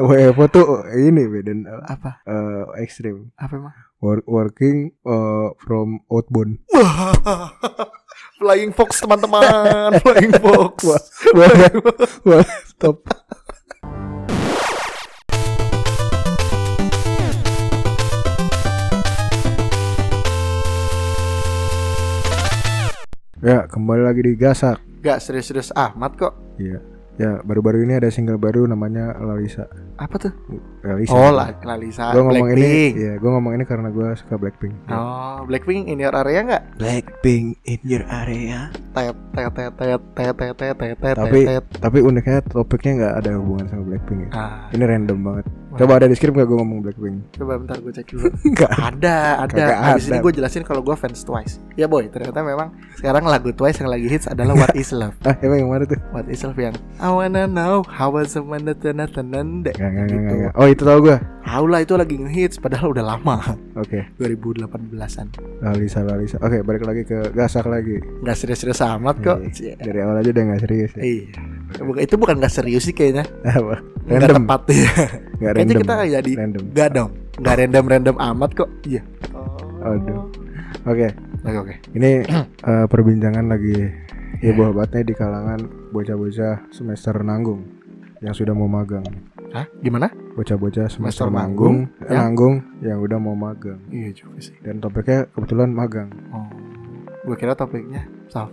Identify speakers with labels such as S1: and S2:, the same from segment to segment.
S1: WFO tuh ini Be, dan uh,
S2: Apa?
S1: eh, ekstrim
S2: Apa emang?
S1: Work, working eh, from outbound
S3: Flying Fox teman-teman, Flying Fox.
S1: Wah, wah, wah, top ya kembali lagi di Gasak
S3: Gak serius-serius amat kok.
S1: Iya. Ya, baru-baru ini ada single baru namanya Lalisa.
S2: Apa tuh?
S1: Lalisa.
S3: Oh, La- Lalisa.
S1: Gue ngomong
S3: Blackpink.
S1: ini, Iya. ya, gue ngomong ini karena gue suka Blackpink.
S3: Oh, Blackpink in your area nggak?
S1: Blackpink in your area.
S3: Tet, tet, tet, tet, tet, tet, tet, tet, tet,
S1: Tapi-
S3: tet.
S1: Tapi uniknya topiknya nggak ada hubungan sama Blackpink ya.
S3: Ah,
S1: Ini random banget.
S3: Wah.
S1: Coba ada di script nggak gue ngomong Blackpink?
S3: coba bentar gue cek dulu.
S1: Nggak.
S3: Ada, ada.
S1: Kagak
S3: Habis
S1: ada.
S3: ini gue jelasin kalau gue fans Twice. Ya boy, ternyata memang sekarang lagu Twice yang lagi hits adalah What Is Love.
S1: Ah, emang yang mana tuh?
S3: What Is Love yang I wanna know how was a man that that that that.
S1: Nggak, nggak, nggak,
S3: Gitu.
S1: nggak. Oh itu tau gue.
S3: Tahu lah itu lagi ngehits padahal udah lama
S1: Oke,
S3: 2018-an.
S1: Lalisa, Lalisa. Oke, balik lagi ke gasak lagi.
S3: Gak serius-serius amat kok.
S1: Iya.
S3: Cie.
S1: Dari awal aja udah nggak serius. Ya.
S3: Iya. Bukan- Itu bukan gak serius sih kayaknya.
S1: Apa?
S3: Gak
S1: Random.
S3: tepat ya.
S1: Nggak
S3: Iya. Kayaknya
S1: random.
S3: kita jadi
S1: Random.
S3: gak dong. Gak random-random amat kok. Iya.
S1: Oh. Aduh. Oke,
S3: Oke oke.
S1: Ini eh, perbincangan lagi
S3: Iya.
S1: heboh banget nih di kalangan bocah-bocah semester nanggung yang sudah mau magang.
S3: Hah? Gimana?
S1: Bocah-bocah semester
S3: Semester
S1: manggung, eh,
S3: manggung, ya.
S1: nanggung yang udah mau magang.
S3: Iya juga sih.
S1: Dan topiknya kebetulan magang.
S3: Oh. Gue kira topiknya Saf.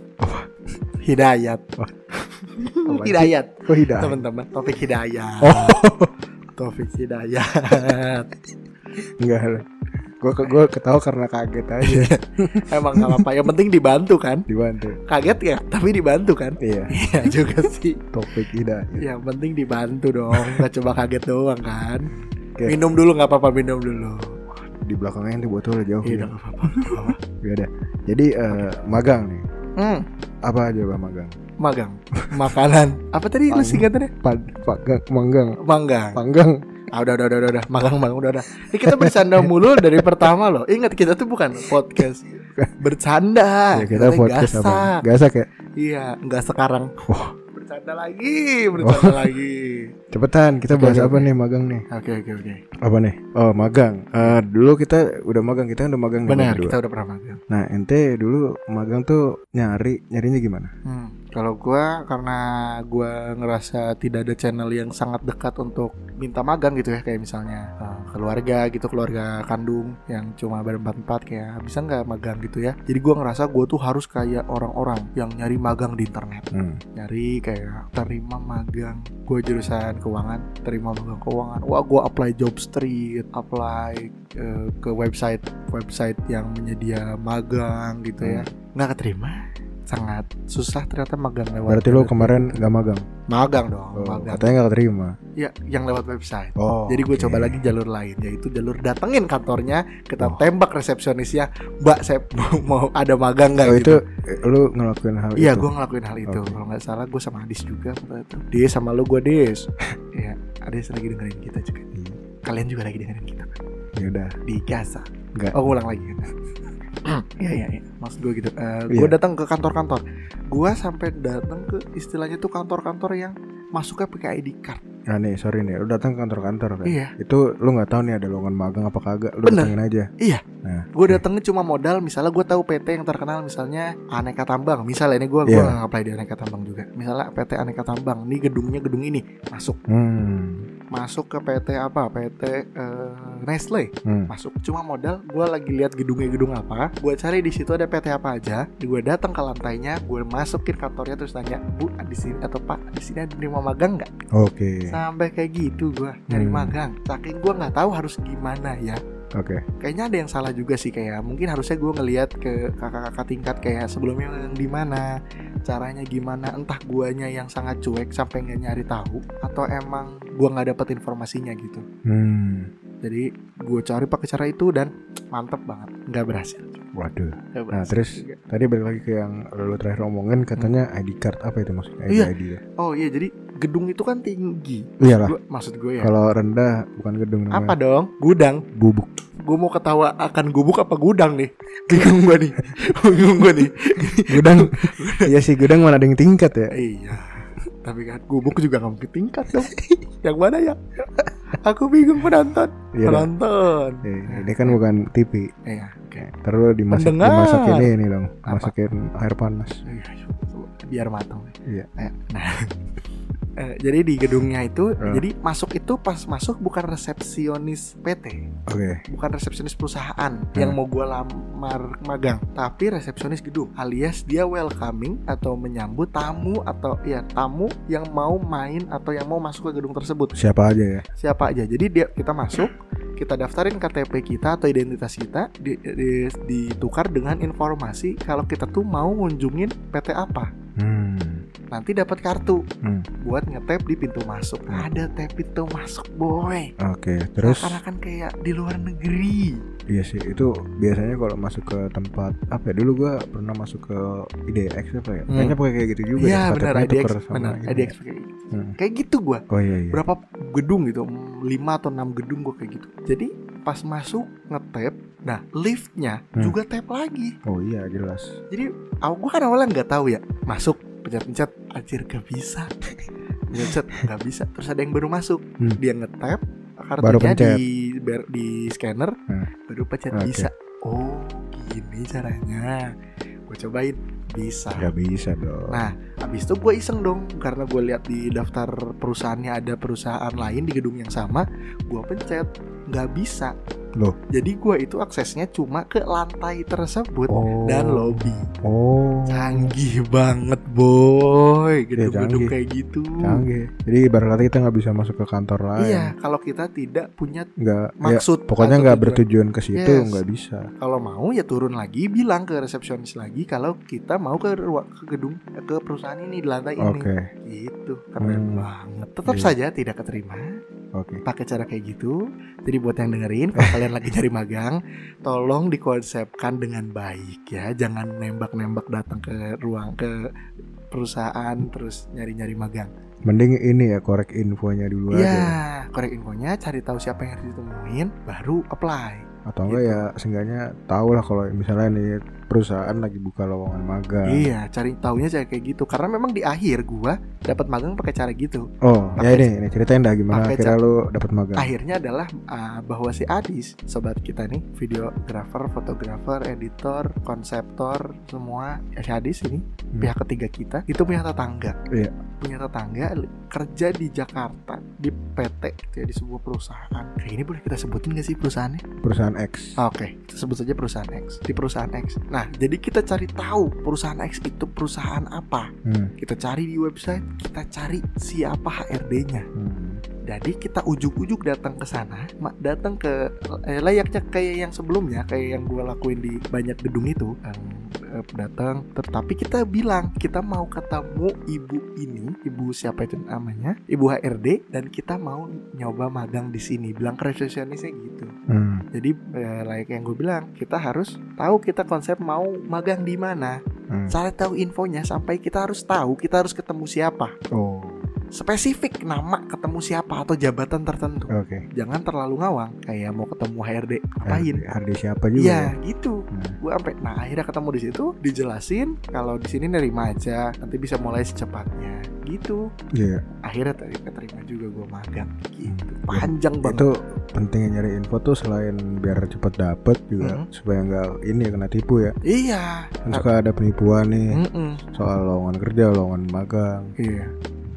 S3: Hidayat.
S1: Oh. Apaan sih?
S3: Hidayat.
S1: Oh, tidak.
S3: Teman-teman, topik hidayat.
S1: Oh.
S3: Topik hidayat.
S1: Enggak. Gue gue ketawa karena kaget aja
S3: Emang gak apa-apa. Yang penting dibantu kan.
S1: dibantu.
S3: Kaget ya, tapi dibantu kan.
S1: Iya,
S3: Iya juga sih.
S1: topik tidak.
S3: Yang penting dibantu dong. Gak coba kaget doang kan.
S1: Oke.
S3: Minum dulu nggak apa-apa minum dulu.
S1: Di belakangnya ini botol jauh. Ya.
S3: Iya nggak apa-apa. nggak apa-apa.
S1: Gak ada. Jadi eh, magang nih.
S3: Hmm,
S1: Apa aja bang magang?
S3: magang, makanan. Apa tadi lu
S1: Magang.
S3: singkatannya?
S1: Pad, pagang, manggang,
S3: Manggang.
S1: panggang.
S3: Ah, udah, udah, udah, udah, udah. Magang, magang, udah, udah. Ini kita bercanda mulu dari pertama loh. Ingat kita tuh bukan podcast bercanda.
S1: ya kita podcast
S3: gasak.
S1: apa? Gasak ya.
S3: Iya, nggak sekarang.
S1: Wah.
S3: Bercanda lagi, bercanda lagi.
S1: Cepetan, kita
S3: Oke,
S1: bahas
S3: oke,
S1: apa
S3: oke.
S1: nih magang nih?
S3: Oh. Oke, oke, oke.
S1: Apa nih? Oh, magang. Eh, dulu kita udah magang, kita kan udah magang nih,
S3: Benar,
S1: berdua.
S3: kita udah pernah magang.
S1: Nah, ente dulu magang tuh nyari, nyarinya gimana?
S3: Hmm, kalau gua karena gua ngerasa tidak ada channel yang sangat dekat untuk minta magang gitu ya kayak misalnya eh, keluarga gitu keluarga kandung yang cuma berempat-empat kayak bisa nggak magang gitu ya. Jadi gua ngerasa gua tuh harus kayak orang-orang yang nyari magang di internet,
S1: Hmm.
S3: nyari kayak terima magang. Gua jurusan keuangan, terima magang keuangan. Wah, gua apply Jobstreet, apply eh, ke website website yang menyedia magang gitu ya.
S1: Hmm.
S3: Nggak keterima sangat susah ternyata magang lewat
S1: Berarti lu kemarin nggak magang?
S3: magang dong
S1: Oh,
S3: magang
S1: katanya nggak keterima.
S3: ya yang lewat website
S1: Oh.
S3: jadi gue
S1: oke.
S3: coba lagi jalur lain yaitu jalur datengin kantornya kita
S1: Oh.
S3: tembak resepsionisnya mbak saya mau- mau ada magang nggak
S1: Oh,
S3: gitu
S1: itu eh, lu ngelakuin hal
S3: Iya
S1: itu.
S3: gue ngelakuin hal itu
S1: Oke.
S3: Kalau nggak salah gue sama Adis juga waktu itu Dis sama lu gue Dis Iya Adis lagi dengerin kita juga
S1: Iya.
S3: Kalian juga lagi dengerin kita
S1: Ya udah.
S3: Di Gaza
S1: Nggak.
S3: Oh ulang lagi Iya iya iya Maksud gue gitu Eh,
S1: Iya.
S3: Gue datang ke kantor-kantor Gue sampai datang ke istilahnya tuh kantor-kantor yang Masuknya pakai ID card
S1: Nah nih, sorry nih, lu datang ke kantor-kantor kan?
S3: Iya.
S1: Itu lu nggak tahu nih ada lowongan magang apa kagak? Lu
S3: Bener.
S1: datengin aja.
S3: gue
S1: Iya.
S3: datengnya cuma modal misalnya gue tahu PT yang terkenal misalnya Aneka Tambang misalnya ini gue
S1: Iya.
S3: gue nggak apply di Aneka Tambang juga misalnya PT Aneka Tambang ini gedungnya gedung ini masuk
S1: Hmm.
S3: masuk ke PT apa PT eh, Nestle
S1: Hmm.
S3: masuk cuma modal gue lagi lihat gedungnya gedung apa gue cari di situ ada PT apa aja gue datang ke lantainya gue masukin kantornya terus tanya bu di sini atau pak di sini ada terima magang nggak
S1: Oke.
S3: sampai kayak gitu gue nyari
S1: Iya. Hmm.
S3: magang saking gue nggak tahu harus gimana ya
S1: Oke.
S3: kayaknya ada yang salah juga sih kayak mungkin harusnya gue ngelihat ke kakak-kakak tingkat kayak sebelumnya yang di mana caranya gimana entah guanya yang sangat cuek sampai nggak nyari tahu atau emang gua nggak dapet informasinya gitu
S1: Hmm.
S3: jadi gue cari pakai cara itu dan mantep banget nggak berhasil
S1: Waduh.
S3: Nggak
S1: Nah,
S3: berhasil
S1: terus
S3: juga.
S1: Tadi balik lagi ke yang lu terakhir omongin katanya ID card apa itu maksudnya? ID
S3: Hmm. Iya.
S1: ID ya.
S3: oh iya jadi gedung itu kan tinggi
S1: Iyalah.
S3: Gua- maksud gue ya
S1: Kalau rendah bukan gedung
S3: apa
S1: namanya.
S3: dong gudang
S1: Bubuk.
S3: gue mau ketawa akan gubuk apa gudang nih bingung gue nih bingung gue nih
S1: Gudang. Iya sih gudang mana ada yang tingkat ya.
S3: Iya. Tapi kan gubuk juga nggak mungkin tingkat dong. yang mana ya? Aku bingung penonton.
S1: Iya dong.
S3: penonton.
S1: Eh, ini kan bukan TV.
S3: Iya, oke.
S1: Terus dimasak
S3: Pendengar.
S1: dimasakin ini dong,
S3: Apa?
S1: masakin air panas.
S3: Iya, iya. Biar matang.
S1: Iya.
S3: Ayo. Nah. Eh, jadi di gedungnya itu,
S1: Eh.
S3: jadi masuk itu pas masuk bukan resepsionis PT,
S1: Oke.
S3: bukan resepsionis perusahaan
S1: Eh.
S3: yang mau gua lamar magang, tapi resepsionis gedung, alias dia welcoming atau menyambut tamu atau ya tamu yang mau main atau yang mau masuk ke gedung tersebut.
S1: Siapa aja ya?
S3: siapa aja. Jadi dia kita masuk, kita daftarin KTP kita atau identitas kita di- di- ditukar dengan informasi kalau kita tuh mau ngunjungin PT apa.
S1: Hmm.
S3: Nanti dapat kartu
S1: Hmm.
S3: buat ngetap di pintu masuk. Ada tap pintu masuk, boy.
S1: Oke. Terus
S3: akan kayak di luar negeri.
S1: iya sih itu biasanya kalau masuk ke tempat apa ya dulu gua pernah masuk ke IDX apa ya?
S3: Hmm.
S1: Kayaknya pakai kayak gitu juga
S3: Iya,
S1: ya,
S3: benar
S1: KTP
S3: IDX,
S1: tuker sama
S3: benar
S1: ini.
S3: IDX kayak gitu.
S1: Hmm.
S3: Kayak gitu gua.
S1: Oh iya iya.
S3: Berapa gedung gitu? 5 atau 6 gedung gua kayak gitu. Jadi pas masuk ngetap, nah liftnya
S1: Hmm.
S3: juga tap lagi.
S1: Oh iya jelas.
S3: jadi aku gua kan awalnya nggak tahu ya masuk pencet-pencet anjir gak bisa pencet nggak bisa terus ada yang baru masuk
S1: Hmm.
S3: dia ngetap
S1: Baru
S3: kartunya
S1: pencet.
S3: di ber- di scanner
S1: Hmm.
S3: baru pencet
S1: Oke.
S3: bisa oh gini caranya gue cobain bisa
S1: Gak bisa dong.
S3: Nah, habis itu gue iseng dong karena gue lihat di daftar perusahaannya ada perusahaan lain di gedung yang sama, gue pencet nggak bisa.
S1: Loh.
S3: Jadi gue itu aksesnya cuma ke lantai tersebut
S1: Oh.
S3: dan lobby.
S1: Oh.
S3: Canggih banget boy Gedung-gedung
S1: Iya, canggih.
S3: kayak gitu
S1: Canggih. Jadi ibarat kata kita nggak bisa masuk ke kantor lain.
S3: Iya kalau kita tidak punya
S1: Nggak. ya,
S3: maksud
S1: pokoknya
S3: atau
S1: nggak
S3: tujuan.
S1: bertujuan ke situ
S3: Yes.
S1: nggak bisa.
S3: Kalau mau ya turun lagi bilang ke resepsionis lagi Kalau kita mau ke, ruang- ke gedung eh, ke perusahaan ini di lantai
S1: Oke.
S3: ini Gitu keren
S1: Hmm.
S3: banget Tetap
S1: Iya.
S3: saja tidak keterima
S1: Oke.
S3: pakai cara kayak gitu Jadi buat yang dengerin kalau kalian lagi cari magang Tolong dikonsepkan dengan baik ya Jangan nembak-nembak datang ke ruang ke perusahaan Terus nyari-nyari magang
S1: Mending ini ya korek infonya dulu aja.
S3: Iya, korek infonya cari tahu siapa yang harus ditemuin, baru apply.
S1: Atau enggak
S3: Gitu.
S1: ya seenggaknya tahu lah kalau misalnya nih perusahaan lagi buka lowongan magang.
S3: Iya, cari taunya cara kayak gitu. Karena memang di akhir gua dapat magang pakai cara gitu.
S1: Oh, ya
S3: Pakai-
S1: ini, ini ceritain dah gimana
S3: pakai
S1: akhirnya lu dapat magang.
S3: Akhirnya adalah ah, bahwa si Adis, sobat kita nih, videografer, fotografer, editor, konseptor, semua ya si Adis ini pihak ketiga kita itu punya tetangga.
S1: Iya.
S3: Punya tetangga li- kerja di Jakarta di PT gitu ya, di sebuah perusahaan. Kayak ini boleh kita sebutin gak sih perusahaannya?
S1: Perusahaan X.
S3: Ah, Oke, kita sebut saja perusahaan X. Di perusahaan X. Nah, jadi kita cari tahu perusahaan X itu perusahaan apa.
S1: Hmm,
S3: Kita cari di website, kita cari siapa HRD-nya.
S1: hmm.
S3: Jadi kita ujuk-ujuk datang ke sana, ma- datang ke eh, layaknya kayak yang sebelumnya, kayak yang gua lakuin di banyak gedung itu. Em, eh, datang, tetapi kita bilang kita mau ketemu ibu ini, ibu siapa itu namanya, ibu HRD, dan kita mau nyoba magang di sini. Bilang ke resepsionisnya gitu.
S1: hmm.
S3: Jadi eh, like yang gue bilang, kita harus tahu kita konsep mau magang di mana.
S1: Hmm.
S3: Cara tahu infonya sampai kita harus tahu kita harus ketemu siapa.
S1: Oh,
S3: Spesifik nama ketemu siapa atau jabatan tertentu.
S1: oke.
S3: Jangan terlalu ngawang kayak mau ketemu HRD ngapain.
S1: Hardi- Hardi siapa Eh, juga?
S3: Iya gitu.
S1: Hmm.
S3: Gue sampai nah akhirnya ketemu di situ dijelasin kalau di sini nerima aja nanti bisa mulai secepatnya gitu.
S1: Iya.
S3: Akhirnya tadi keterima juga gue magang gitu. Panjang banget.
S1: Itu pentingnya nyari info tuh selain biar cepet dapet juga
S3: Mhm.
S1: supaya nggak ini ya, kena tipu ya.
S3: Iya.
S1: Kan suka ada penipuan nih
S3: Mm-mm.
S1: soal lowongan kerja, lowongan magang.
S3: Iya.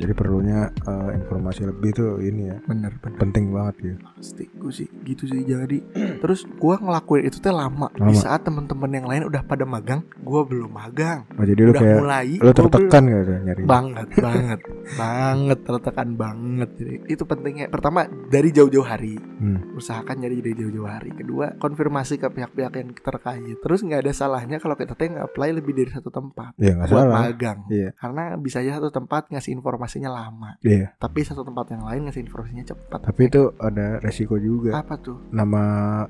S1: Jadi perlunya eh, informasi lebih tuh ini ya.
S3: Bener bener.
S1: Penting banget gitu.
S3: pasti gue sih gitu sih jadi terus gue ngelakuin itu teh lama, di
S1: Lama.
S3: saat temen-temen yang lain udah pada magang gue belum magang
S1: Oh, jadi lu
S3: udah
S1: kayak
S3: mulai
S1: lu
S3: gua belum.
S1: tertekan gak tuh nyari?
S3: banget banget banget tertekan banget jadi itu pentingnya pertama dari jauh-jauh hari
S1: Hmm.
S3: usahakan nyari dari jauh-jauh hari kedua konfirmasi ke pihak-pihak yang terkait terus nggak ada salahnya kalau kita teh nggak apply lebih dari satu tempat
S1: Ya nggak
S3: buat
S1: salah.
S3: magang
S1: Iya.
S3: karena bisa aja satu tempat ngasih informasinya lama
S1: Iya.
S3: tapi satu tempat yang lain ngasih informasinya cepat
S1: Tapi itu ada resiko juga.
S3: apa tuh
S1: Nama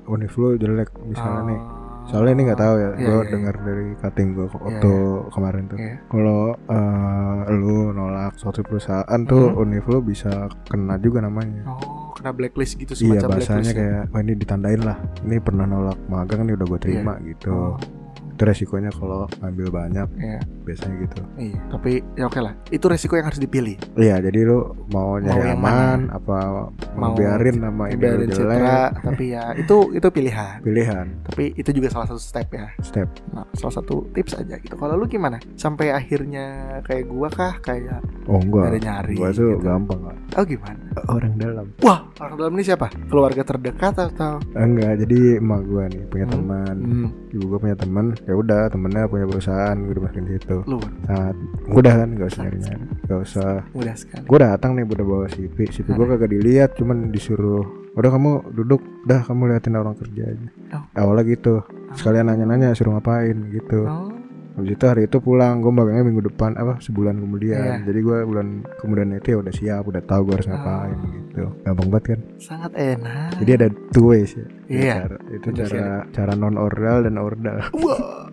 S1: univ lu jelek misalnya nih.
S3: Oh.
S1: Soalnya ini nggak tahu ya.
S3: Iya,
S1: gua
S3: iya,
S1: dengar dari cutting gua
S3: Iya,
S1: waktu kemarin tuh.
S3: Iya.
S1: Kalau eh, lu nolak suatu perusahaan tuh
S3: Mhm.
S1: univ lu bisa kena juga namanya.
S3: Oh, kena blacklist gitu
S1: Iya
S3: semacam
S1: bahasanya
S3: blacklist. ya?
S1: kayak "Wah, ini ditandain lah. Ini pernah nolak magang nih udah gue terima gitu.
S3: Iya. Oh.
S1: Itu itu resikonya kalau ngambil banyak
S3: Iya.
S1: biasanya gitu
S3: Iya, tapi ya oke lah. Itu resiko yang harus dipilih.
S1: iya jadi lu mau nyari
S3: yang
S1: aman apa mau
S3: Mau
S1: biarin sama ide lu
S3: Biarin
S1: jelek
S3: citra, tapi ya itu itu pilihan.
S1: pilihan
S3: Tapi itu juga salah satu step ya.
S1: step
S3: Nah, salah satu tips aja gitu. Kalau lu gimana? Sampai akhirnya kayak gua kah? Kayak
S1: oh
S3: gak
S1: enggak
S3: ada nyari.
S1: gua tuh
S3: gitu.
S1: gampang Kak.
S3: Oh gimana?
S1: orang dalam
S3: Wah, orang dalam ini siapa? Keluarga terdekat atau?
S1: Eh, enggak jadi emak gua nih punya
S3: Hmm.
S1: teman
S3: Hmm,
S1: ibu gua punya teman ya udah temennya punya perusahaan gua dimasukin situ
S3: luar
S1: sangat mudah kan gak usah nyari nyari gak usah
S3: mudah sekali.
S1: gue datang nih udah bawa CV CV gue kagak dilihat cuman disuruh udah kamu duduk dah kamu liatin orang kerja aja
S3: Oh.
S1: awalnya gitu sekalian nanya-nanya suruh ngapain gitu
S3: Oh,
S1: habis itu hari itu pulang gue magangnya minggu depan apa sebulan kemudian
S3: Iya.
S1: jadi gue bulan kemudian itu ya udah siap udah tahu gue harus ngapain
S3: Oh. Iya.
S1: gitu gampang banget kan
S3: sangat enak.
S1: jadi ada two ways ya
S3: Iya.
S1: cara, itu
S3: Bener
S1: cara cara non ordal dan ordal
S3: Wah,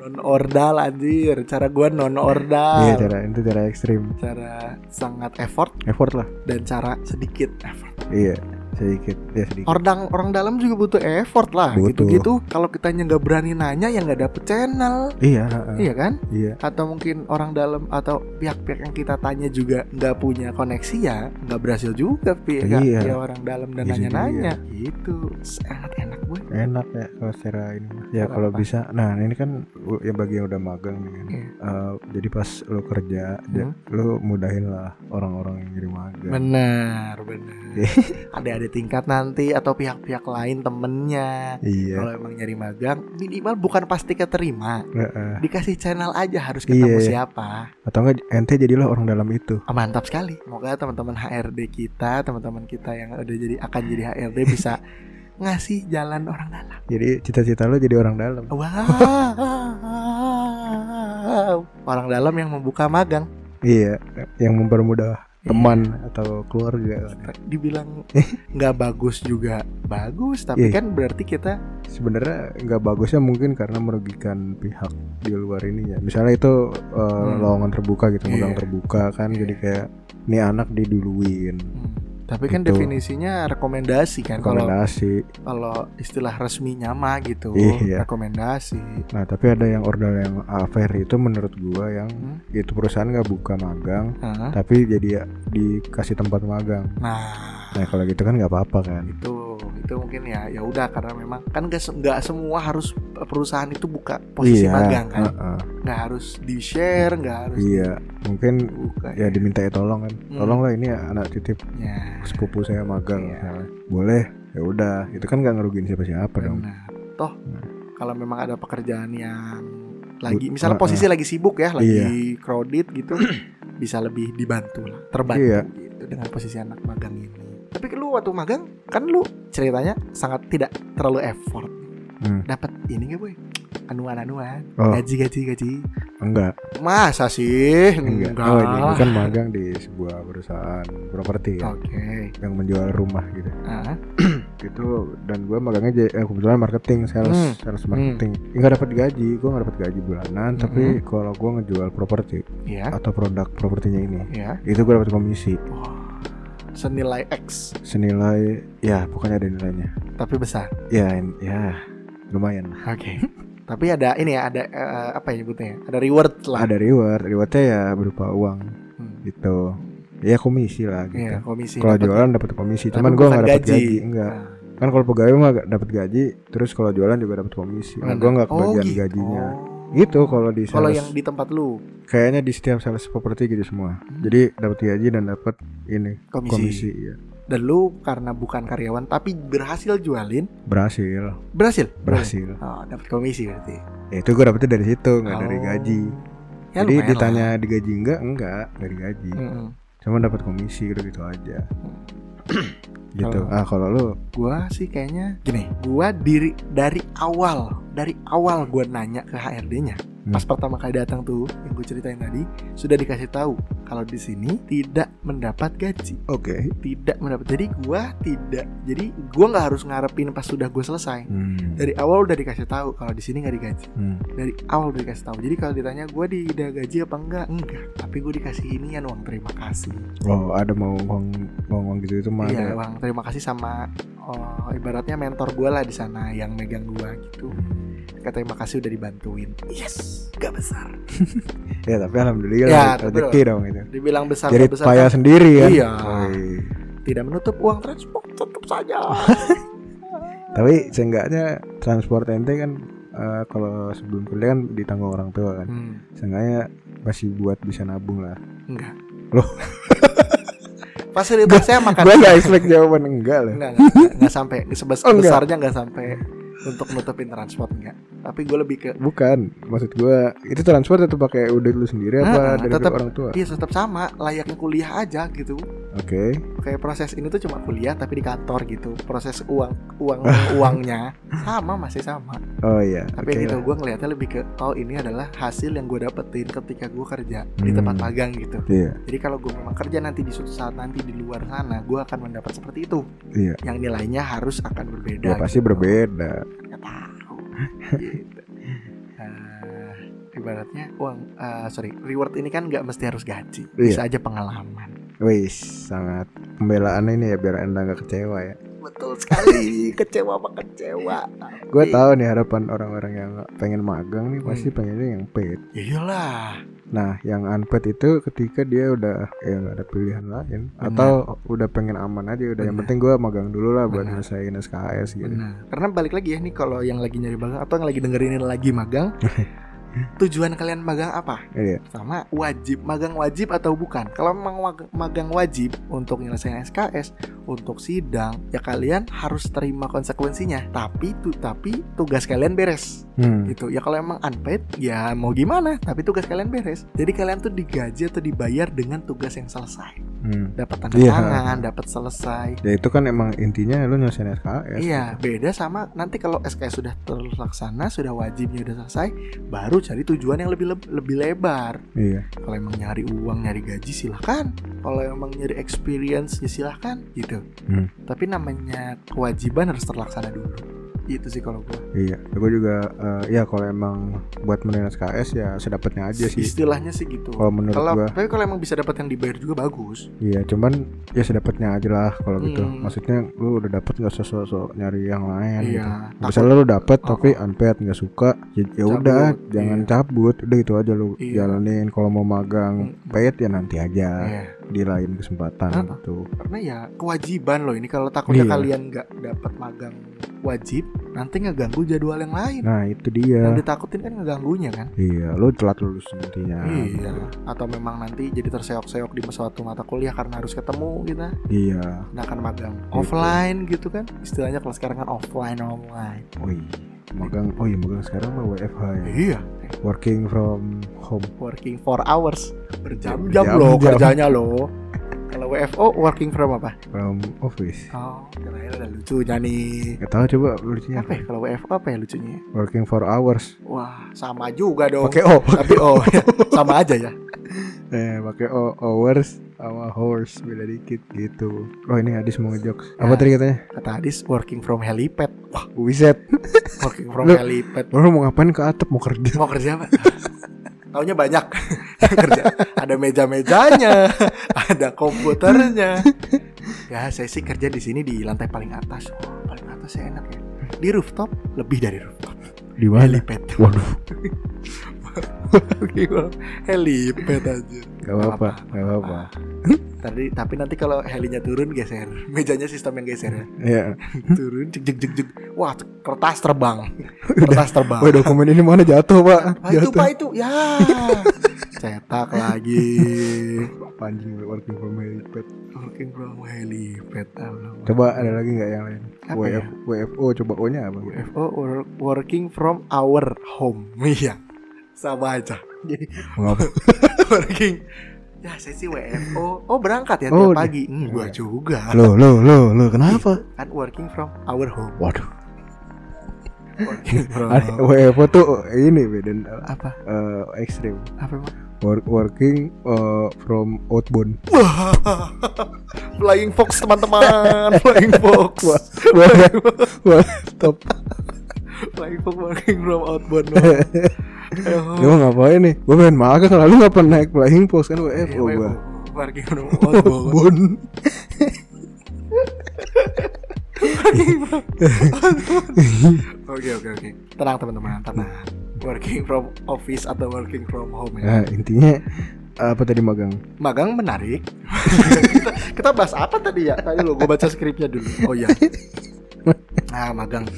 S3: non ordal anjir. Cara gua non ordal.
S1: iya cara itu cara ekstrim
S3: cara sangat effort
S1: effort lah
S3: dan cara sedikit effort.
S1: iya sedikit ya sedikit
S3: Orang orang dalam juga butuh effort lah.
S1: Butuh.
S3: Gitu-gitu kalau kitanya nggak berani nanya ya nggak dapet channel,
S1: iya ha-ha.
S3: iya kan?
S1: iya
S3: Atau mungkin orang dalam atau pihak-pihak yang kita tanya juga nggak punya koneksi ya nggak berhasil juga
S1: Iya.
S3: pi nggak- ya orang dalam dan
S1: Itu
S3: nanya-nanya. Gitu sangat enak gue.
S1: enak ya kalau secara ini ya
S3: Kenapa?
S1: kalau bisa nah ini kan u- yang bagi yang udah magang nih kan
S3: Iya.
S1: Eh, jadi pas lo kerja ja- lo mudahin lah orang-orang yang jadi magang
S3: Benar, benar. Ada-ada tingkat nanti atau pihak-pihak lain temennya.
S1: iya
S3: Kalau emang nyari magang, minimal bukan pasti keterima,
S1: Heeh.
S3: dikasih channel aja harus ketemu
S1: Iya.
S3: siapa
S1: Nah, eh, atau enggak ente jadilah orang dalam itu
S3: Ah, mantap sekali semoga teman-teman HRD kita teman-teman kita yang udah jadi akan jadi HRD bisa ngasih jalan orang dalam
S1: jadi cita-cita lo jadi orang dalam
S3: wow orang dalam yang membuka magang
S1: iya yang mempermudah teman atau keluarga
S3: dibilang nggak bagus juga bagus tapi
S1: Iya.
S3: kan berarti kita
S1: sebenarnya nggak bagusnya mungkin karena merugikan pihak di luar ini ya misalnya itu eh, lowongan terbuka gitu magang
S3: Hmm. Iya.
S1: terbuka kan jadi kayak nih anak diduluin
S3: hmm, tapi kan
S1: Gitu.
S3: definisinya rekomendasi kan kalau
S1: rekomendasi
S3: kalau istilah resminya mah gitu
S1: Iya.
S3: rekomendasi
S1: Nah tapi ada yang ordal yang fair itu menurut gua yang
S3: Hmm.
S1: itu perusahaan nggak buka magang
S3: Hah?
S1: tapi jadi ya- dikasih tempat magang.
S3: nah
S1: Nah kalau gitu kan nggak apa-apa kan?
S3: itu itu mungkin ya ya udah karena memang kan gak, se- gak semua harus eh, perusahaan itu buka posisi magang kan
S1: Iya, heeh.
S3: nggak harus di share nggak harus
S1: Iya mungkin
S3: buka
S1: ya diminta tolong kan.
S3: Hmm.
S1: Tolonglah ini anak titip
S3: ya
S1: sepupu saya magang.
S3: Iya.
S1: misalnya. Boleh ya udah itu kan nggak ngerugiin siapa-siapa dong.
S3: benar toh
S1: Nah.
S3: kalau memang ada pekerjaan yang lagi
S1: Bu- Iya.
S3: misalnya
S1: ah,
S3: posisi lagi sibuk ya lagi crowded gitu bisa lebih dibantu lah terbantu
S1: Iya.
S3: gitu dengan posisi anak magang ini tapi lu waktu magang kan lu ceritanya sangat tidak terlalu effort
S1: Hmm.
S3: dapat ini gak boy anuan anuan
S1: Oh.
S3: gaji gaji gaji
S1: Enggak
S3: Masa sih?
S1: enggak.
S3: Enggak.
S1: Oh ini gua kan magang di sebuah perusahaan properti ya
S3: Oke.
S1: yang menjual rumah gitu.
S3: Ah,
S1: gitu dan gue magangnya jadi eh, kebetulan marketing sales
S3: Hmm.
S1: sales marketing nggak dapat gaji gue nggak dapat gaji bulanan tapi
S3: Hmm.
S1: kalau gue ngejual properti
S3: ya.
S1: atau produk propertinya ini
S3: Ya.
S1: itu gue dapat komisi
S3: Wah, Senilai X
S1: senilai ya pokoknya ada nilainya
S3: tapi besar.
S1: ya in- ya lumayan lah
S3: Oke. tapi ada ini ya, ada eh, apa ya nyebutnya? ya? Ada reward lah.
S1: ada reward rewardnya ya berupa uang
S3: Hmm.
S1: gitu ya komisi lah
S3: Iya,
S1: gitu
S3: komisi.
S1: kalau
S3: dapat.
S1: jualan dapat komisi
S3: Tapi
S1: cuman gue
S3: bukan
S1: nggak dapat
S3: gaji.
S1: gaji. enggak
S3: Ah,
S1: kan kalau pegawai mah dapat gaji terus kalau jualan juga dapat komisi nah, gue nggak
S3: Oh,
S1: kebagian
S3: gitu.
S1: gajinya gitu kalau di
S3: Kalau
S1: sales-
S3: yang di tempat lu
S1: kayaknya di setiap sales properti gitu semua. Jadi dapat gaji dan dapat ini
S3: Hmm. komisi.
S1: komisi ya.
S3: Dan lu karena bukan karyawan tapi berhasil jualin, Oh.
S1: Berhasil,
S3: berhasil.
S1: berhasil.
S3: Oh, dapat komisi berarti.
S1: Ya, itu gue dapetnya dari situ, nggak dari
S3: Oh.
S1: gaji.
S3: Ya,
S1: Jadi
S3: lumayan lah. Hmm.
S1: ditanya digaji enggak? Enggak, dari gaji.
S3: Mm-mm.
S1: Cuma dapat komisi gitu gitu aja.
S3: Hmm.
S1: gitu.
S3: Kalau-
S1: Ah, kalau lu
S3: gua sih kayaknya gini gua diri dari awal dari awal gua nanya ke HRD-nya
S1: Hmm.
S3: pas pertama kali datang tuh yang gue ceritain tadi sudah dikasih tahu kalau di sini tidak mendapat gaji
S1: oke.
S3: tidak mendapat jadi gua tidak jadi gua nggak harus ngarepin pas sudah gue selesai
S1: Hmm.
S3: dari awal udah dikasih tahu kalau di sini nggak digaji
S1: Hmm.
S3: dari awal udah dikasih tahu jadi kalau ditanya gua tidak gaji apa enggak enggak tapi gue dikasih inian uang terima kasih
S1: Oh, ada mau ngomong ngomong gitu itu mah.
S3: Iya
S1: ada.
S3: bang, terima kasih sama oh, ibaratnya mentor gue lah di sana yang megang gue gitu.
S1: Hmm.
S3: katanya makasih udah dibantuin yes gak besar
S1: ya tapi alhamdulillah
S3: Ya,
S1: lah,
S3: betul.
S1: rezeki dong itu
S3: dibilang besar
S1: jadi
S3: gak besar
S1: payah
S3: kan?
S1: sendiri kan
S3: Iya.
S1: Wih.
S3: tidak menutup uang transport tetap saja
S1: tapi seenggaknya transport ente kan eh, kalau sebelum kuliah kan ditanggung orang tua kan
S3: Hmm,
S1: seenggaknya masih buat bisa nabung lah
S3: enggak
S1: Loh.
S3: fasilitasnya makan
S1: gue gak expect jawaban enggak lah
S3: Enggak, enggak, enggak, enggak sampai sebesar
S1: Oh, enggak.
S3: besarnya enggak sampai untuk nutupin transport enggak. Tapi gue lebih ke
S1: bukan maksud gue itu transport tetap pakai udah lu sendiri
S3: Ah,
S1: apa dari
S3: tetap-
S1: orang tua oke
S3: iya tetap sama layaknya kuliah aja gitu. Kayak proses ini tuh cuma kuliah tapi di kantor gitu. Proses uang uang uangnya sama masih sama.
S1: oh iya oke
S3: Tapi gitu
S1: lah.
S3: gue ngelihatnya lebih ke oh ini adalah hasil yang gue dapetin ketika gue kerja di
S1: Hmm.
S3: tempat magang gitu.
S1: iya
S3: Jadi kalau gue memang kerja nanti di suatu saat nanti di luar sana gue akan mendapat seperti itu.
S1: Iya.
S3: Yang nilainya harus akan berbeda.
S1: ya pasti
S3: gitu.
S1: berbeda
S3: nggak tahu gitu. Eh, ibaratnya uang eh, sorry reward ini kan nggak mesti harus gaji
S1: Iya.
S3: bisa aja pengalaman
S1: wis sangat pembelaan ini ya biar anda gak kecewa ya
S3: betul sekali kecewa apa kecewa
S1: gue
S3: Iya.
S1: tahu nih harapan orang-orang yang pengen magang nih pasti
S3: Hmm.
S1: pengennya yang paid
S3: Ya iyalah
S1: Nah, yang unpaid itu ketika dia udah ya nggak ada pilihan lain
S3: Benar.
S1: atau udah pengen aman aja udah yang
S3: Benar.
S1: penting gua magang dulu lah buat
S3: Benar.
S1: nyelesain SKS gitu.
S3: benar karena balik lagi ya nih kalau yang lagi nyari magang atau yang lagi dengerin ini lagi magang tujuan kalian magang apa
S1: Iya.
S3: sama wajib magang wajib atau bukan kalau memang wag- magang wajib untuk nyelesain SKS untuk sidang ya kalian harus terima konsekuensinya tapi tu, tapi tugas kalian beres
S1: Hmm.
S3: gitu ya kalau emang unpaid ya mau gimana tapi tugas kalian beres jadi kalian tuh digaji atau dibayar dengan tugas yang selesai
S1: hmm.
S3: dapat tanda
S1: Iya.
S3: tangan dapat selesai
S1: Ya itu kan emang intinya lu nyelesain SKS.
S3: Iya, beda sama nanti kalau SKS sudah terlaksana, sudah wajibnya sudah selesai, baru cari tujuan yang lebih leb- lebih lebar.
S1: Iya.
S3: Kalau emang nyari uang, nyari gaji silahkan. Kalau emang nyari experience ya silahkan gitu.
S1: Hmm.
S3: Tapi namanya kewajiban harus terlaksana dulu. Itu sih kalau gue.
S1: Iya. Gue juga eh, ya kalau emang buat menilai SKS ya sedapatnya aja sih.
S3: Istilahnya sih gitu.
S1: Kalau menurut
S3: Kalau
S1: gua
S3: tapi kalau emang bisa dapat yang dibayar juga bagus.
S1: iya cuman ya sedapatnya aja lah kalau gitu.
S3: Hmm.
S1: Maksudnya lu udah dapet nggak sosok nyari yang lain gitu.
S3: Iya. takut-
S1: Misalnya lu dapet
S3: Oh,
S1: tapi unpaid nggak suka, ya ya
S3: Cabut,
S1: udah jangan
S3: iya.
S1: cabut, udah gitu aja lu
S3: Iya.
S1: jalanin. Kalau mau magang
S3: Mm,
S1: paid ya nanti aja
S3: Iya.
S1: di lain kesempatan
S3: Hah?
S1: gitu.
S3: Karena ya kewajiban loh ini kalau takutnya
S1: Iya.
S3: kalian nggak dapat magang wajib, nanti ngeganggu jadwal yang lain.
S1: Nah itu dia.
S3: Yang ditakutin kan ngeganggunya kan.
S1: Iya, lu telat lulus nantinya.
S3: Iya. Atau memang nanti jadi terseok-seok di suatu mata kuliah karena harus ketemu gitu.
S1: Iya.
S3: Nah kan magang offline gitu kan. Istilahnya kalau sekarang kan offline online.
S1: Oh iya. Magang, oh iya magang sekarang mah WFH ya.
S3: Iya.
S1: Working from home.
S3: Working for hours berjam-jam
S1: Berjam-jam.
S3: loh kerjanya loh. Kalau WFO working from apa?
S1: From office.
S3: Oh, kira-kira ada lucunya nih.
S1: Gak tau coba lucunya
S3: Apa ya kalau WFO apa ya lucunya?
S1: Working for hours
S3: Wah, sama juga dong.
S1: Pakai O
S3: Tapi oh, ya, sama aja ya.
S1: Eh pakai O Hours sama horse Beda dikit gitu Oh ini hadis mau ngejokes Apa
S3: Ya.
S1: tadi katanya?
S3: Kata Adis working from helipad. Wah,
S1: Wiset
S3: working from
S1: Lu-
S3: helipad.
S1: Lu mau ngapain ke atap mau kerja?
S3: Mau kerja apa? Taunya banyak kerja. Ada meja-mejanya, ada komputernya. Ya, saya sih kerja di sini di lantai paling atas. Oh, paling atas saya enak ya. Di rooftop lebih dari rooftop.
S1: Di mana?
S3: Helipad.
S1: Waduh,
S3: helipad aja.
S1: gak apa-apa, gak apa-apa.
S3: Ah. Tadi tapi nanti kalau helinya turun geser, mejanya sistem yang geser ya.
S1: Ya.
S3: turun jek jek jek jek wah kertas terbang kertas terbang
S1: Woi dokumen ini mana jatuh pak?
S3: Wah, itu
S1: Jatuh.
S3: pak itu ya cetak lagi
S1: Anjing working from helipad.
S3: working from helipad Allah.
S1: Coba ada lagi nggak yang lain?
S3: Apa ya? Iya.
S1: WF, WFO coba O nya apa?
S3: WFO wor- working from our home iya sama aja jadi
S1: Mengapa?
S3: working ya saya sih WFO oh berangkat ya
S1: Oh,
S3: tiap pagi hmm, gua
S1: Iya.
S3: juga
S1: Lo lo lo lo kenapa?
S3: kan working from our home
S1: Waduh.
S3: working from
S1: Ada- WFO tuh ini beden
S3: apa
S1: eh, ekstrim.
S3: apa emang?
S1: Work, working eh, from outbound.
S3: Wah, Flying Fox teman-teman, Flying Fox,
S1: Wah, wah, wah, Top.
S3: Flying Fox working from outbound. doang.
S1: Lu
S3: Ayo.
S1: mau ngapain nih? Gue pengen makan lalu ngapain naik flying post kan WFO
S3: Ayo,
S1: gua.
S3: Working from outbound.
S1: Bon.
S3: nih, Bang. Oke oke oke. Tenang teman-teman, tenang. Working from office atau working from home ya.
S1: Nah, intinya apa tadi magang?
S3: Magang menarik. kita, kita bahas apa tadi ya? Tadi lo gue baca skripnya dulu. Oh iya. Nah magang.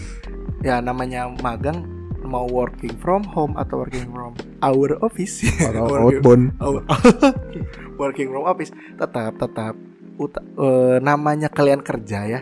S3: Ya namanya magang mau working from home atau working from our office
S1: Atau
S3: Working-
S1: outbound?
S3: Oh, working from office tetap tetap uta- eh, namanya kalian kerja ya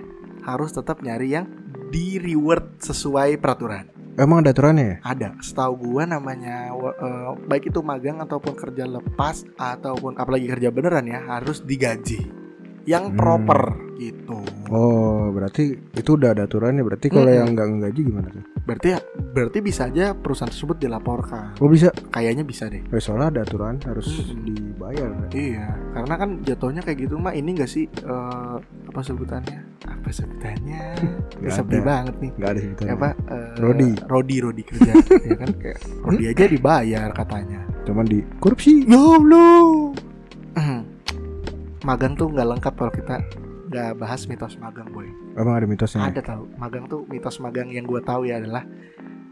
S3: harus tetap nyari yang di reward sesuai peraturan
S1: Emang ada aturannya ya?
S3: ada setahu gua namanya wo- eh, baik itu magang ataupun kerja lepas ataupun apalagi kerja beneran ya harus digaji yang
S1: Hmm.
S3: proper gitu
S1: Oh, berarti itu udah ada aturannya. Berarti kalau
S3: Mm-mm.
S1: yang nggak ngegaji gimana tuh?
S3: berarti berarti bisa aja perusahaan tersebut dilaporkan
S1: Oh bisa?
S3: kayaknya bisa deh
S1: Eh, soalnya ada aturan harus
S3: Mm-mm.
S1: dibayar. kan?
S3: Iya, karena kan jatuhnya kayak gitu mah ini gak sih eh, apa sebutannya? Apa sebutannya? Ini
S1: Nggak
S3: sepi
S1: ada.
S3: banget nih.
S1: Nggak ada sebutannya.
S3: Apa? eh,
S1: Rodi.
S3: Rodi, Rodi kerja, ya kan? Kayak Rodi aja dibayar katanya.
S1: Cuman di korupsi.
S3: Ya Allah. Hmm. magang tuh nggak lengkap kalau kita nggak bahas mitos magang boy.
S1: Emang ada mitosnya?
S3: Ada tahu? Magang tuh mitos magang yang gue tahu ya adalah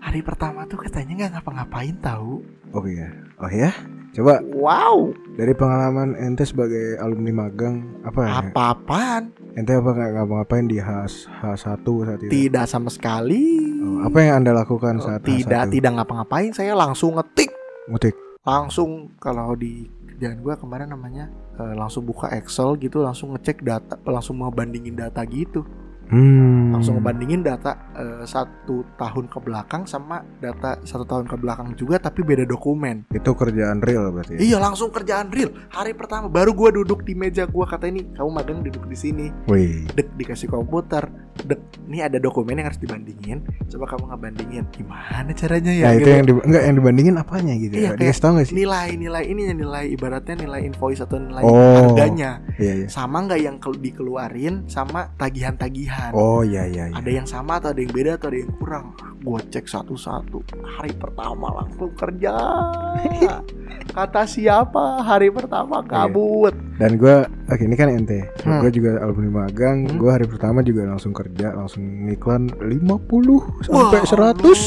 S3: hari pertama tuh katanya nggak ngapa-ngapain tahu.
S1: Oh iya. Oh ya? Coba
S3: Wow,
S1: dari pengalaman ente sebagai alumni magang apa? ya?
S3: apa-apaan?
S1: Ente apa nggak ngapa-ngapain di H H1 saat itu?
S3: Tidak sama sekali.
S1: Iya. Oh, apa yang anda lakukan saat
S3: tidak
S1: H1?
S3: tidak ngapa-ngapain saya langsung ngetik
S1: Ngutik.
S3: langsung kalau di kerjaan gua kemarin namanya eh, langsung buka Excel gitu langsung ngecek data langsung mau bandingin data gitu
S1: Hmm.
S3: langsung ngebandingin data eh, satu tahun ke belakang sama data satu tahun ke belakang juga tapi beda dokumen
S1: Itu kerjaan real berarti. ya?
S3: iya langsung kerjaan real hari pertama baru gua duduk di meja gua kata ini kamu magang duduk di sini
S1: Wih.
S3: dek dikasih komputer dek ini ada dokumen yang harus dibandingin coba kamu ngebandingin gimana caranya ya
S1: Nah, itu
S3: Gitu.
S1: yang di, enggak yang dibandingin apanya gitu ya?
S3: Iya, kayak-
S1: Dikasih tau gak sih?
S3: nilai-nilai ini nilai ibaratnya nilai invoice atau nilai
S1: Oh.
S3: harganya
S1: Iya, iya.
S3: sama nggak yang kel- dikeluarin sama tagihan-tagihan
S1: Oh, iya iya iya.
S3: ada yang sama atau ada yang beda atau ada yang kurang gue cek satu-satu hari pertama langsung kerja kata siapa hari pertama
S1: Iya.
S3: kabut
S1: Dan gua oke ini kan ente.
S3: Hmm.
S1: Gua juga alumni magang.
S3: Hmm.
S1: Gua hari pertama juga langsung kerja, langsung ngiklan 50 sampai 100
S3: Allah.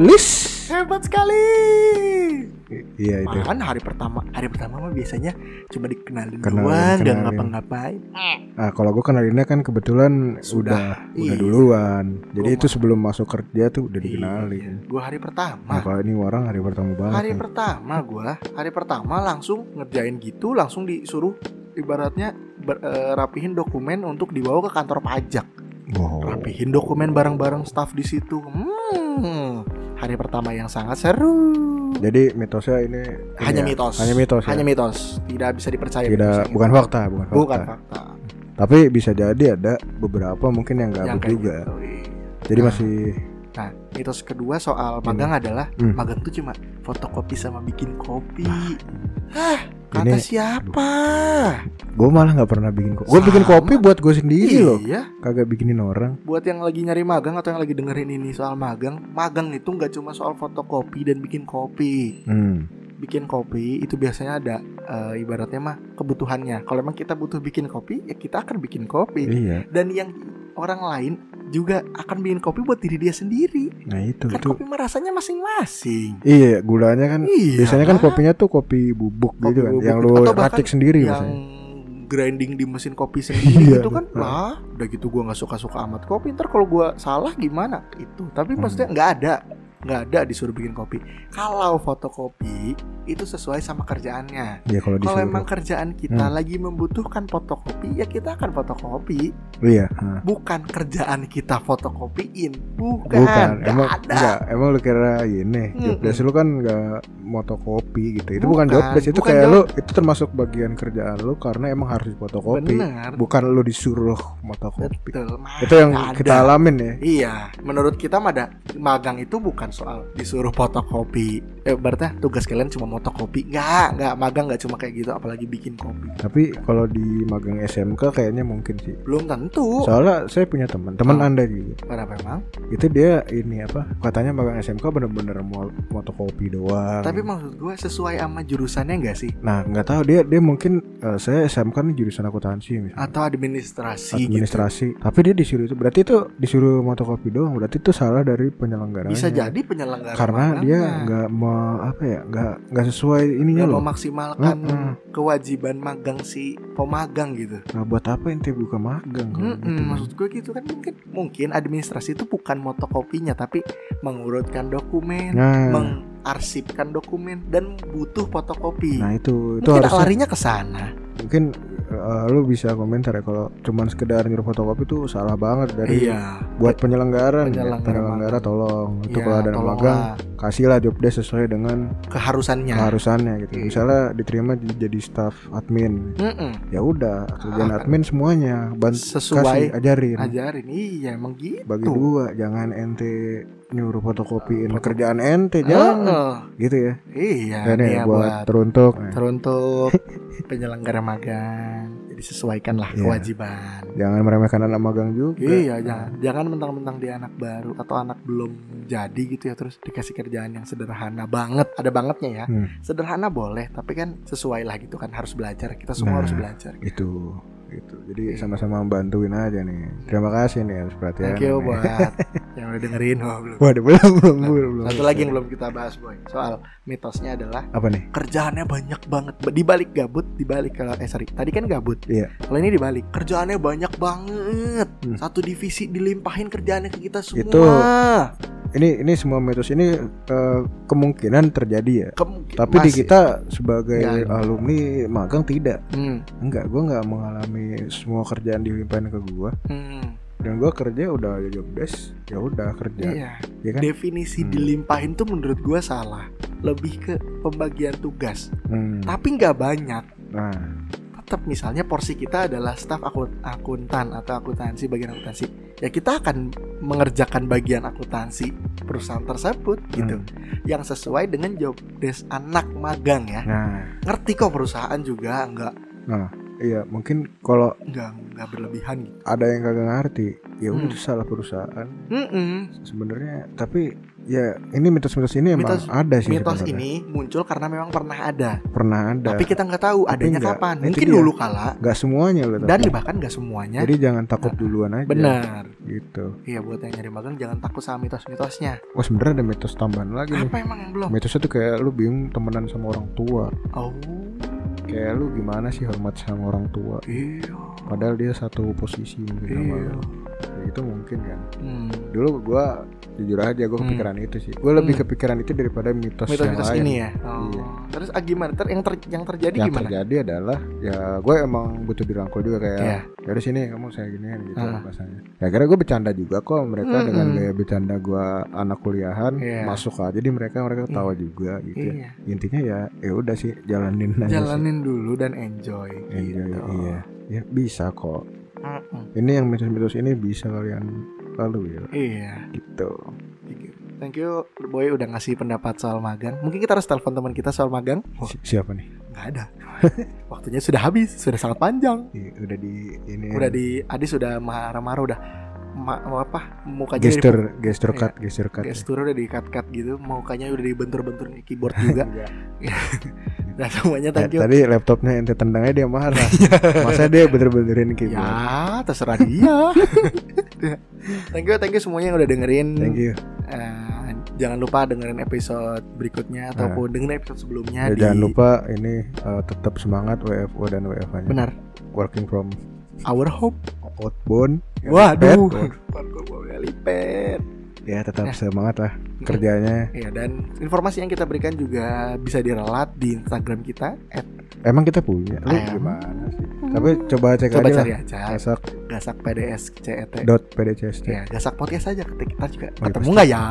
S1: list.
S3: hebat sekali
S1: I- Iya itu.
S3: Makan hari pertama hari pertama mah biasanya cuma dikenalin
S1: Kenalin,
S3: doang nggak
S1: kenalin.
S3: ngapa-ngapain
S1: Nah, kalau gua kenalinnya kan kebetulan
S3: Sudah.
S1: udah udah
S3: Iya. Oh,
S1: duluan. Jadi
S3: Gua
S1: itu
S3: mah-
S1: sebelum masuk kerja tuh udah dikenalin.
S3: gue hari pertama
S1: Nah, kalau ini orang hari pertama banget.
S3: iya.
S1: kan.
S3: Hari
S1: nih.
S3: pertama gua, hari pertama langsung ngerjain gitu, langsung disuruh ibaratnya ber- eh, rapihin dokumen untuk dibawa ke kantor pajak.
S1: Wow.
S3: Rapihin dokumen bareng-bareng staff di situ. Hmm, hari pertama yang sangat seru.
S1: Jadi mitosnya ini ini
S3: Hanya
S1: ya,
S3: mitos.
S1: Hanya mitos. ya?
S3: Hanya mitos. Tidak bisa dipercaya.
S1: Tidak
S3: mitosnya.
S1: bukan fakta, bukan fakta.
S3: Bukan fakta.
S1: Tapi bisa jadi ada beberapa mungkin yang
S3: Yang
S1: gabut
S3: kayak
S1: juga.
S3: gitu, iya.
S1: Jadi
S3: Nah.
S1: masih
S3: Nah, mitos kedua soal magang adalah
S1: Hmm.
S3: magang tuh cuma fotokopi sama bikin kopi. Hah, kata
S1: Ini-
S3: siapa?
S1: gue malah nggak pernah bikin kopi. Gue bikin
S3: Sama.
S1: kopi buat gue sendiri loh,
S3: Iya.
S1: kagak bikinin orang.
S3: buat yang lagi nyari magang atau yang lagi dengerin ini soal magang, magang itu nggak cuma soal fotokopi dan bikin kopi.
S1: Hmm.
S3: Bikin kopi itu biasanya ada eh, ibaratnya mah kebutuhannya. Kalau emang kita butuh bikin kopi, ya kita akan bikin kopi.
S1: Iya.
S3: Dan yang orang lain juga akan bikin kopi buat diri dia sendiri.
S1: Nah itu
S3: Kan
S1: itu.
S3: kopi mah rasanya masing-masing.
S1: Iya, gulanya kan
S3: Iya.
S1: biasanya kan kopinya tuh kopi bubuk
S3: Kopi
S1: gitu kan,
S3: bubuk
S1: yang
S3: gitu.
S1: lu
S3: Atau bahkan
S1: racik sendiri
S3: yang
S1: biasanya.
S3: grinding di mesin kopi sendiri
S1: Iya,
S3: gitu kan
S1: betul.
S3: lah udah gitu gua nggak suka suka amat kopi ntar kalau gua salah gimana itu tapi
S1: Hmm.
S3: maksudnya nggak ada nggak ada disuruh bikin kopi kalau fotokopi itu sesuai sama kerjaannya
S1: Iya kalau
S3: kalau
S1: disuruh.
S3: emang kerjaan
S1: Hmm.
S3: kita lagi membutuhkan fotokopi ya kita akan fotokopi
S1: Iya. nah.
S3: bukan kerjaan kita fotokopiin bukan,
S1: Bukan,
S3: Nggak
S1: emang
S3: ada
S1: enggak, emang lu kira ini
S3: Mm-mm.
S1: jobdesk lu kan enggak motokopi gitu. Itu bukan,
S3: Bukan,
S1: jobdesk, itu
S3: bukan
S1: kayak
S3: job-
S1: lu itu termasuk bagian kerjaan lu karena emang harus fotokopi.
S3: benar
S1: Bukan lu disuruh motokopi.
S3: betul
S1: Itu yang
S3: Nggak ada.
S1: kita alamin ya.
S3: Iya, menurut kita mada magang itu bukan soal disuruh fotokopi. Eh, berarti tugas kalian cuma motokopi nggak nggak magang nggak cuma kayak gitu apalagi bikin kopi
S1: Tapi kalau di magang SMK kayaknya mungkin sih.
S3: belum tentu
S1: Soalnya saya punya teman, teman
S3: Oh.
S1: Anda juga.
S3: kenapa emang
S1: Itu dia ini apa? Katanya magang SMK bener-bener mau fotokopi doang.
S3: tapi maksud gue sesuai sama jurusannya nggak sih
S1: nah, nggak tahu dia dia mungkin eh, saya SMK nih jurusan akuntansi misalnya.
S3: atau administrasi,
S1: administrasi. Tapi dia disuruh itu berarti itu disuruh fotokopi doang. Berarti itu salah dari
S3: gitu
S1: penyelenggaraan.
S3: bisa jadi penyelenggara
S1: karena dia
S3: magang
S1: nggak mau apa ya nggak nggak sesuai ininya Iya
S3: nggak
S1: loh
S3: memaksimalkan
S1: Heeh.
S3: kewajiban magang si pemagang gitu.
S1: nah, buat apa ente buka magang kalau
S3: Mm-mm,
S1: gitu
S3: maksud gue gitu kan mungkin mungkin administrasi itu bukan motokopinya tapi mengurutkan dokumen,
S1: nah
S3: mengarsipkan dokumen dan butuh fotokopi.
S1: nah itu itu
S3: mungkin
S1: harusnya
S3: larinya ke sana.
S1: mungkin eh, lu bisa komentar ya kalau cuman sekedar nyuruh fotokopi itu salah banget dari
S3: Iya.
S1: buat penyelenggaran
S3: Penyelenggara
S1: penyelenggara
S3: magang.
S1: tolong itu
S3: Iya,
S1: kalau ada yang magang
S3: tolonglah
S1: kasihlah job desk sesuai dengan
S3: keharusannya.
S1: keharusannya gitu
S3: Iya.
S1: misalnya diterima j- jadi staff admin
S3: Mm-mm,
S1: ya udah kerjaan
S3: Ah.
S1: admin semuanya bantu kasih
S3: Sesuai
S1: ajarin
S3: ajarin. Iya, emang gitu.
S1: bagi
S3: Tuh.
S1: dua jangan ente nyuruh fotokopiin
S3: Foto-
S1: kerjaan ente jangan
S3: Heeh.
S1: gitu ya
S3: Iya,
S1: Dan ya,
S3: dia
S1: buat
S3: buat
S1: teruntuk nah,
S3: teruntuk penyelenggara magang. Jadi sesuaikanlah
S1: Iya. Hmm.
S3: kewajiban.
S1: jangan meremehkan anak magang juga
S3: Iya, jangan jangan mentang-mentang dia anak baru atau anak belum jadi gitu ya terus dikasih kerjaan yang sederhana banget. Ada bangetnya ya.
S1: Hmm.
S3: Sederhana boleh, tapi kan sesuai lah gitu kan harus belajar. Kita
S1: Nah.
S3: semua harus belajar.
S1: itu itu jadi sama-sama bantuin aja nih terima kasih nih atas perhatian
S3: Thank you buat yang udah dengerin oh, belum.
S1: waduh belum belum belum belum.
S3: Satu lagi yang belum kita bahas, Boy. Soal mitosnya adalah
S1: apa nih
S3: kerjaannya banyak banget. Di balik gabut, di balik kalau eh sorry, tadi kan gabut.
S1: Iya.
S3: Kalau ini dibalik, kerjaannya banyak banget.
S1: Hmm.
S3: Satu divisi dilimpahin kerjaannya ke kita semua.
S1: Itu ini ini semua mitos ini eh, kemungkinan terjadi ya
S3: Kemungkinan-
S1: tapi di
S3: masih-
S1: kita sebagai
S3: Nggak.
S1: alumni magang tidak
S3: Hmm.
S1: enggak gua nggak mengalami semua kerjaan dilimpahin ke gua
S3: Hmm.
S1: dan gua kerja udah ada job desk ya udah kerja
S3: Iya.
S1: ya kan
S3: Definisi
S1: Hmm.
S3: dilimpahin tuh menurut gua salah. Lebih ke pembagian tugas.
S1: Hmm,
S3: Tapi nggak banyak.
S1: nah
S3: Tetap misalnya porsi kita adalah staf akun- akuntan atau akuntansi bagian akuntansi. Ya kita akan mengerjakan bagian akuntansi perusahaan tersebut gitu.
S1: hmm,
S3: Yang sesuai dengan job desk anak magang ya.
S1: nah
S3: Ngerti kok perusahaan juga nggak
S1: iya mungkin kalau
S3: nggak nggak berlebihan gitu.
S1: ada yang kagak ngerti ya
S3: Hmm.
S1: udah salah perusahaan
S3: Mm-mm.
S1: sebenarnya tapi ya ini mitos-mitos ini emang
S3: Mitos-
S1: ada sih
S3: Mitos
S1: sebenarnya.
S3: ini muncul karena memang pernah ada,
S1: pernah ada
S3: tapi kita nggak tahu
S1: Tapi
S3: adanya
S1: nggak.
S3: kapan.
S1: Itu
S3: Mungkin
S1: dia.
S3: dulu kala
S1: nggak semuanya loh tapi.
S3: dan bahkan nggak semuanya.
S1: jadi jangan takut duluan aja
S3: Nah, Benar.
S1: gitu
S3: Iya buat yang nyari magang jangan takut sama mitos-mitosnya.
S1: oh sebenarnya ada mitos tambahan lagi nih
S3: Apa emang yang belum?
S1: mitosnya tuh kayak lu bingung temenan sama orang tua
S3: Oh,
S1: kayak lu gimana sih hormat sama orang tua
S3: iya.
S1: padahal dia satu posisi mungkin sama
S3: Iya.
S1: lu. Ya, itu mungkin kan
S3: Hmm.
S1: dulu gua jujur aja gua
S3: Hmm.
S1: kepikiran itu sih gua lebih
S3: Hmm.
S1: kepikiran itu daripada mitos,
S3: Mitos-mitos
S1: yang lain
S3: ini ya. Oh.
S1: Iya.
S3: Terus ah, gimana? Ter yang ter- yang terjadi
S1: yang
S3: gimana?
S1: terjadi adalah ya gue emang butuh dirangkul juga kayak
S3: Iya.
S1: ya dari sini kamu saya gini gitu
S3: Ah.
S1: bahasanya ya kira gue bercanda juga kok mereka
S3: Mm-mm.
S1: dengan gaya bercanda gue anak kuliahan
S3: Iya.
S1: masuk aja jadi mereka mereka ketawa juga gitu ya.
S3: Iya.
S1: intinya ya ya udah sih jalanin aja sih.
S3: Jalanin dulu dan enjoy.
S1: Enjoy,
S3: gitu.
S1: iya ya bisa kok
S3: Mm-mm.
S1: ini yang mitos-mitos ini bisa kalian lalu ya
S3: Iya.
S1: gitu
S3: Thank you, Boy udah ngasih pendapat soal magang. Mungkin kita harus telepon teman kita soal magang. Wah,
S1: Si- siapa nih
S3: nggak ada. Waktunya sudah habis, sudah sangat panjang.
S1: Iya, udah di ini
S3: Udah di Adi sudah marah-marah udah ma- mau apa? Mukanya udah
S1: gesture gesture
S3: Iya.
S1: cut gesture
S3: di-
S1: cut
S3: gestur udah di cut gitu, mukanya udah dibentur-bentur di keyboard juga. Dan semuanya
S1: Ta-
S3: thank
S1: Ya,
S3: you.
S1: Tadi laptopnya ente tendangnya dia marah. Masa dia bener-benerin keyboard.
S3: Ya, terserah dia. thank you, thank you semuanya yang udah dengerin.
S1: Thank you.
S3: Eh, jangan lupa dengerin episode berikutnya ataupun dengerin episode
S1: Eh.
S3: sebelumnya
S1: Ya,
S3: di
S1: Jangan lupa ini uh, tetap semangat WFO dan WFH-nya.
S3: benar
S1: Working from
S3: Our Hope
S1: outbound.
S3: Waduh. Nah.
S1: Outbound. Ya tetap semangat lah kerjanya.
S3: Ya dan informasi yang kita berikan juga bisa direlat di Instagram kita.
S1: Emang kita punya. Lu
S3: Em.
S1: gimana sih? Tapi coba cek
S3: Hmm. Coba
S1: aja
S3: cari
S1: lah.
S3: aja
S1: Gasak
S3: Gasak PDS CET.
S1: dot PDCST.
S3: E Ya, Gasak podcast aja ketik kita juga.
S1: Oh, iya,
S3: Ketemu
S1: pasti.
S3: nggak ya?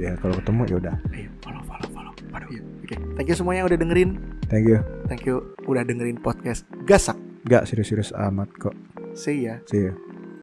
S1: Ya kalau ketemu ya udah.
S3: Ayo follow follow follow. Waduh, ya. Oke, thank you semuanya yang udah dengerin.
S1: Thank you.
S3: Thank you udah dengerin podcast Gasak.
S1: Gak serius-serius amat kok.
S3: See ya.
S1: See you.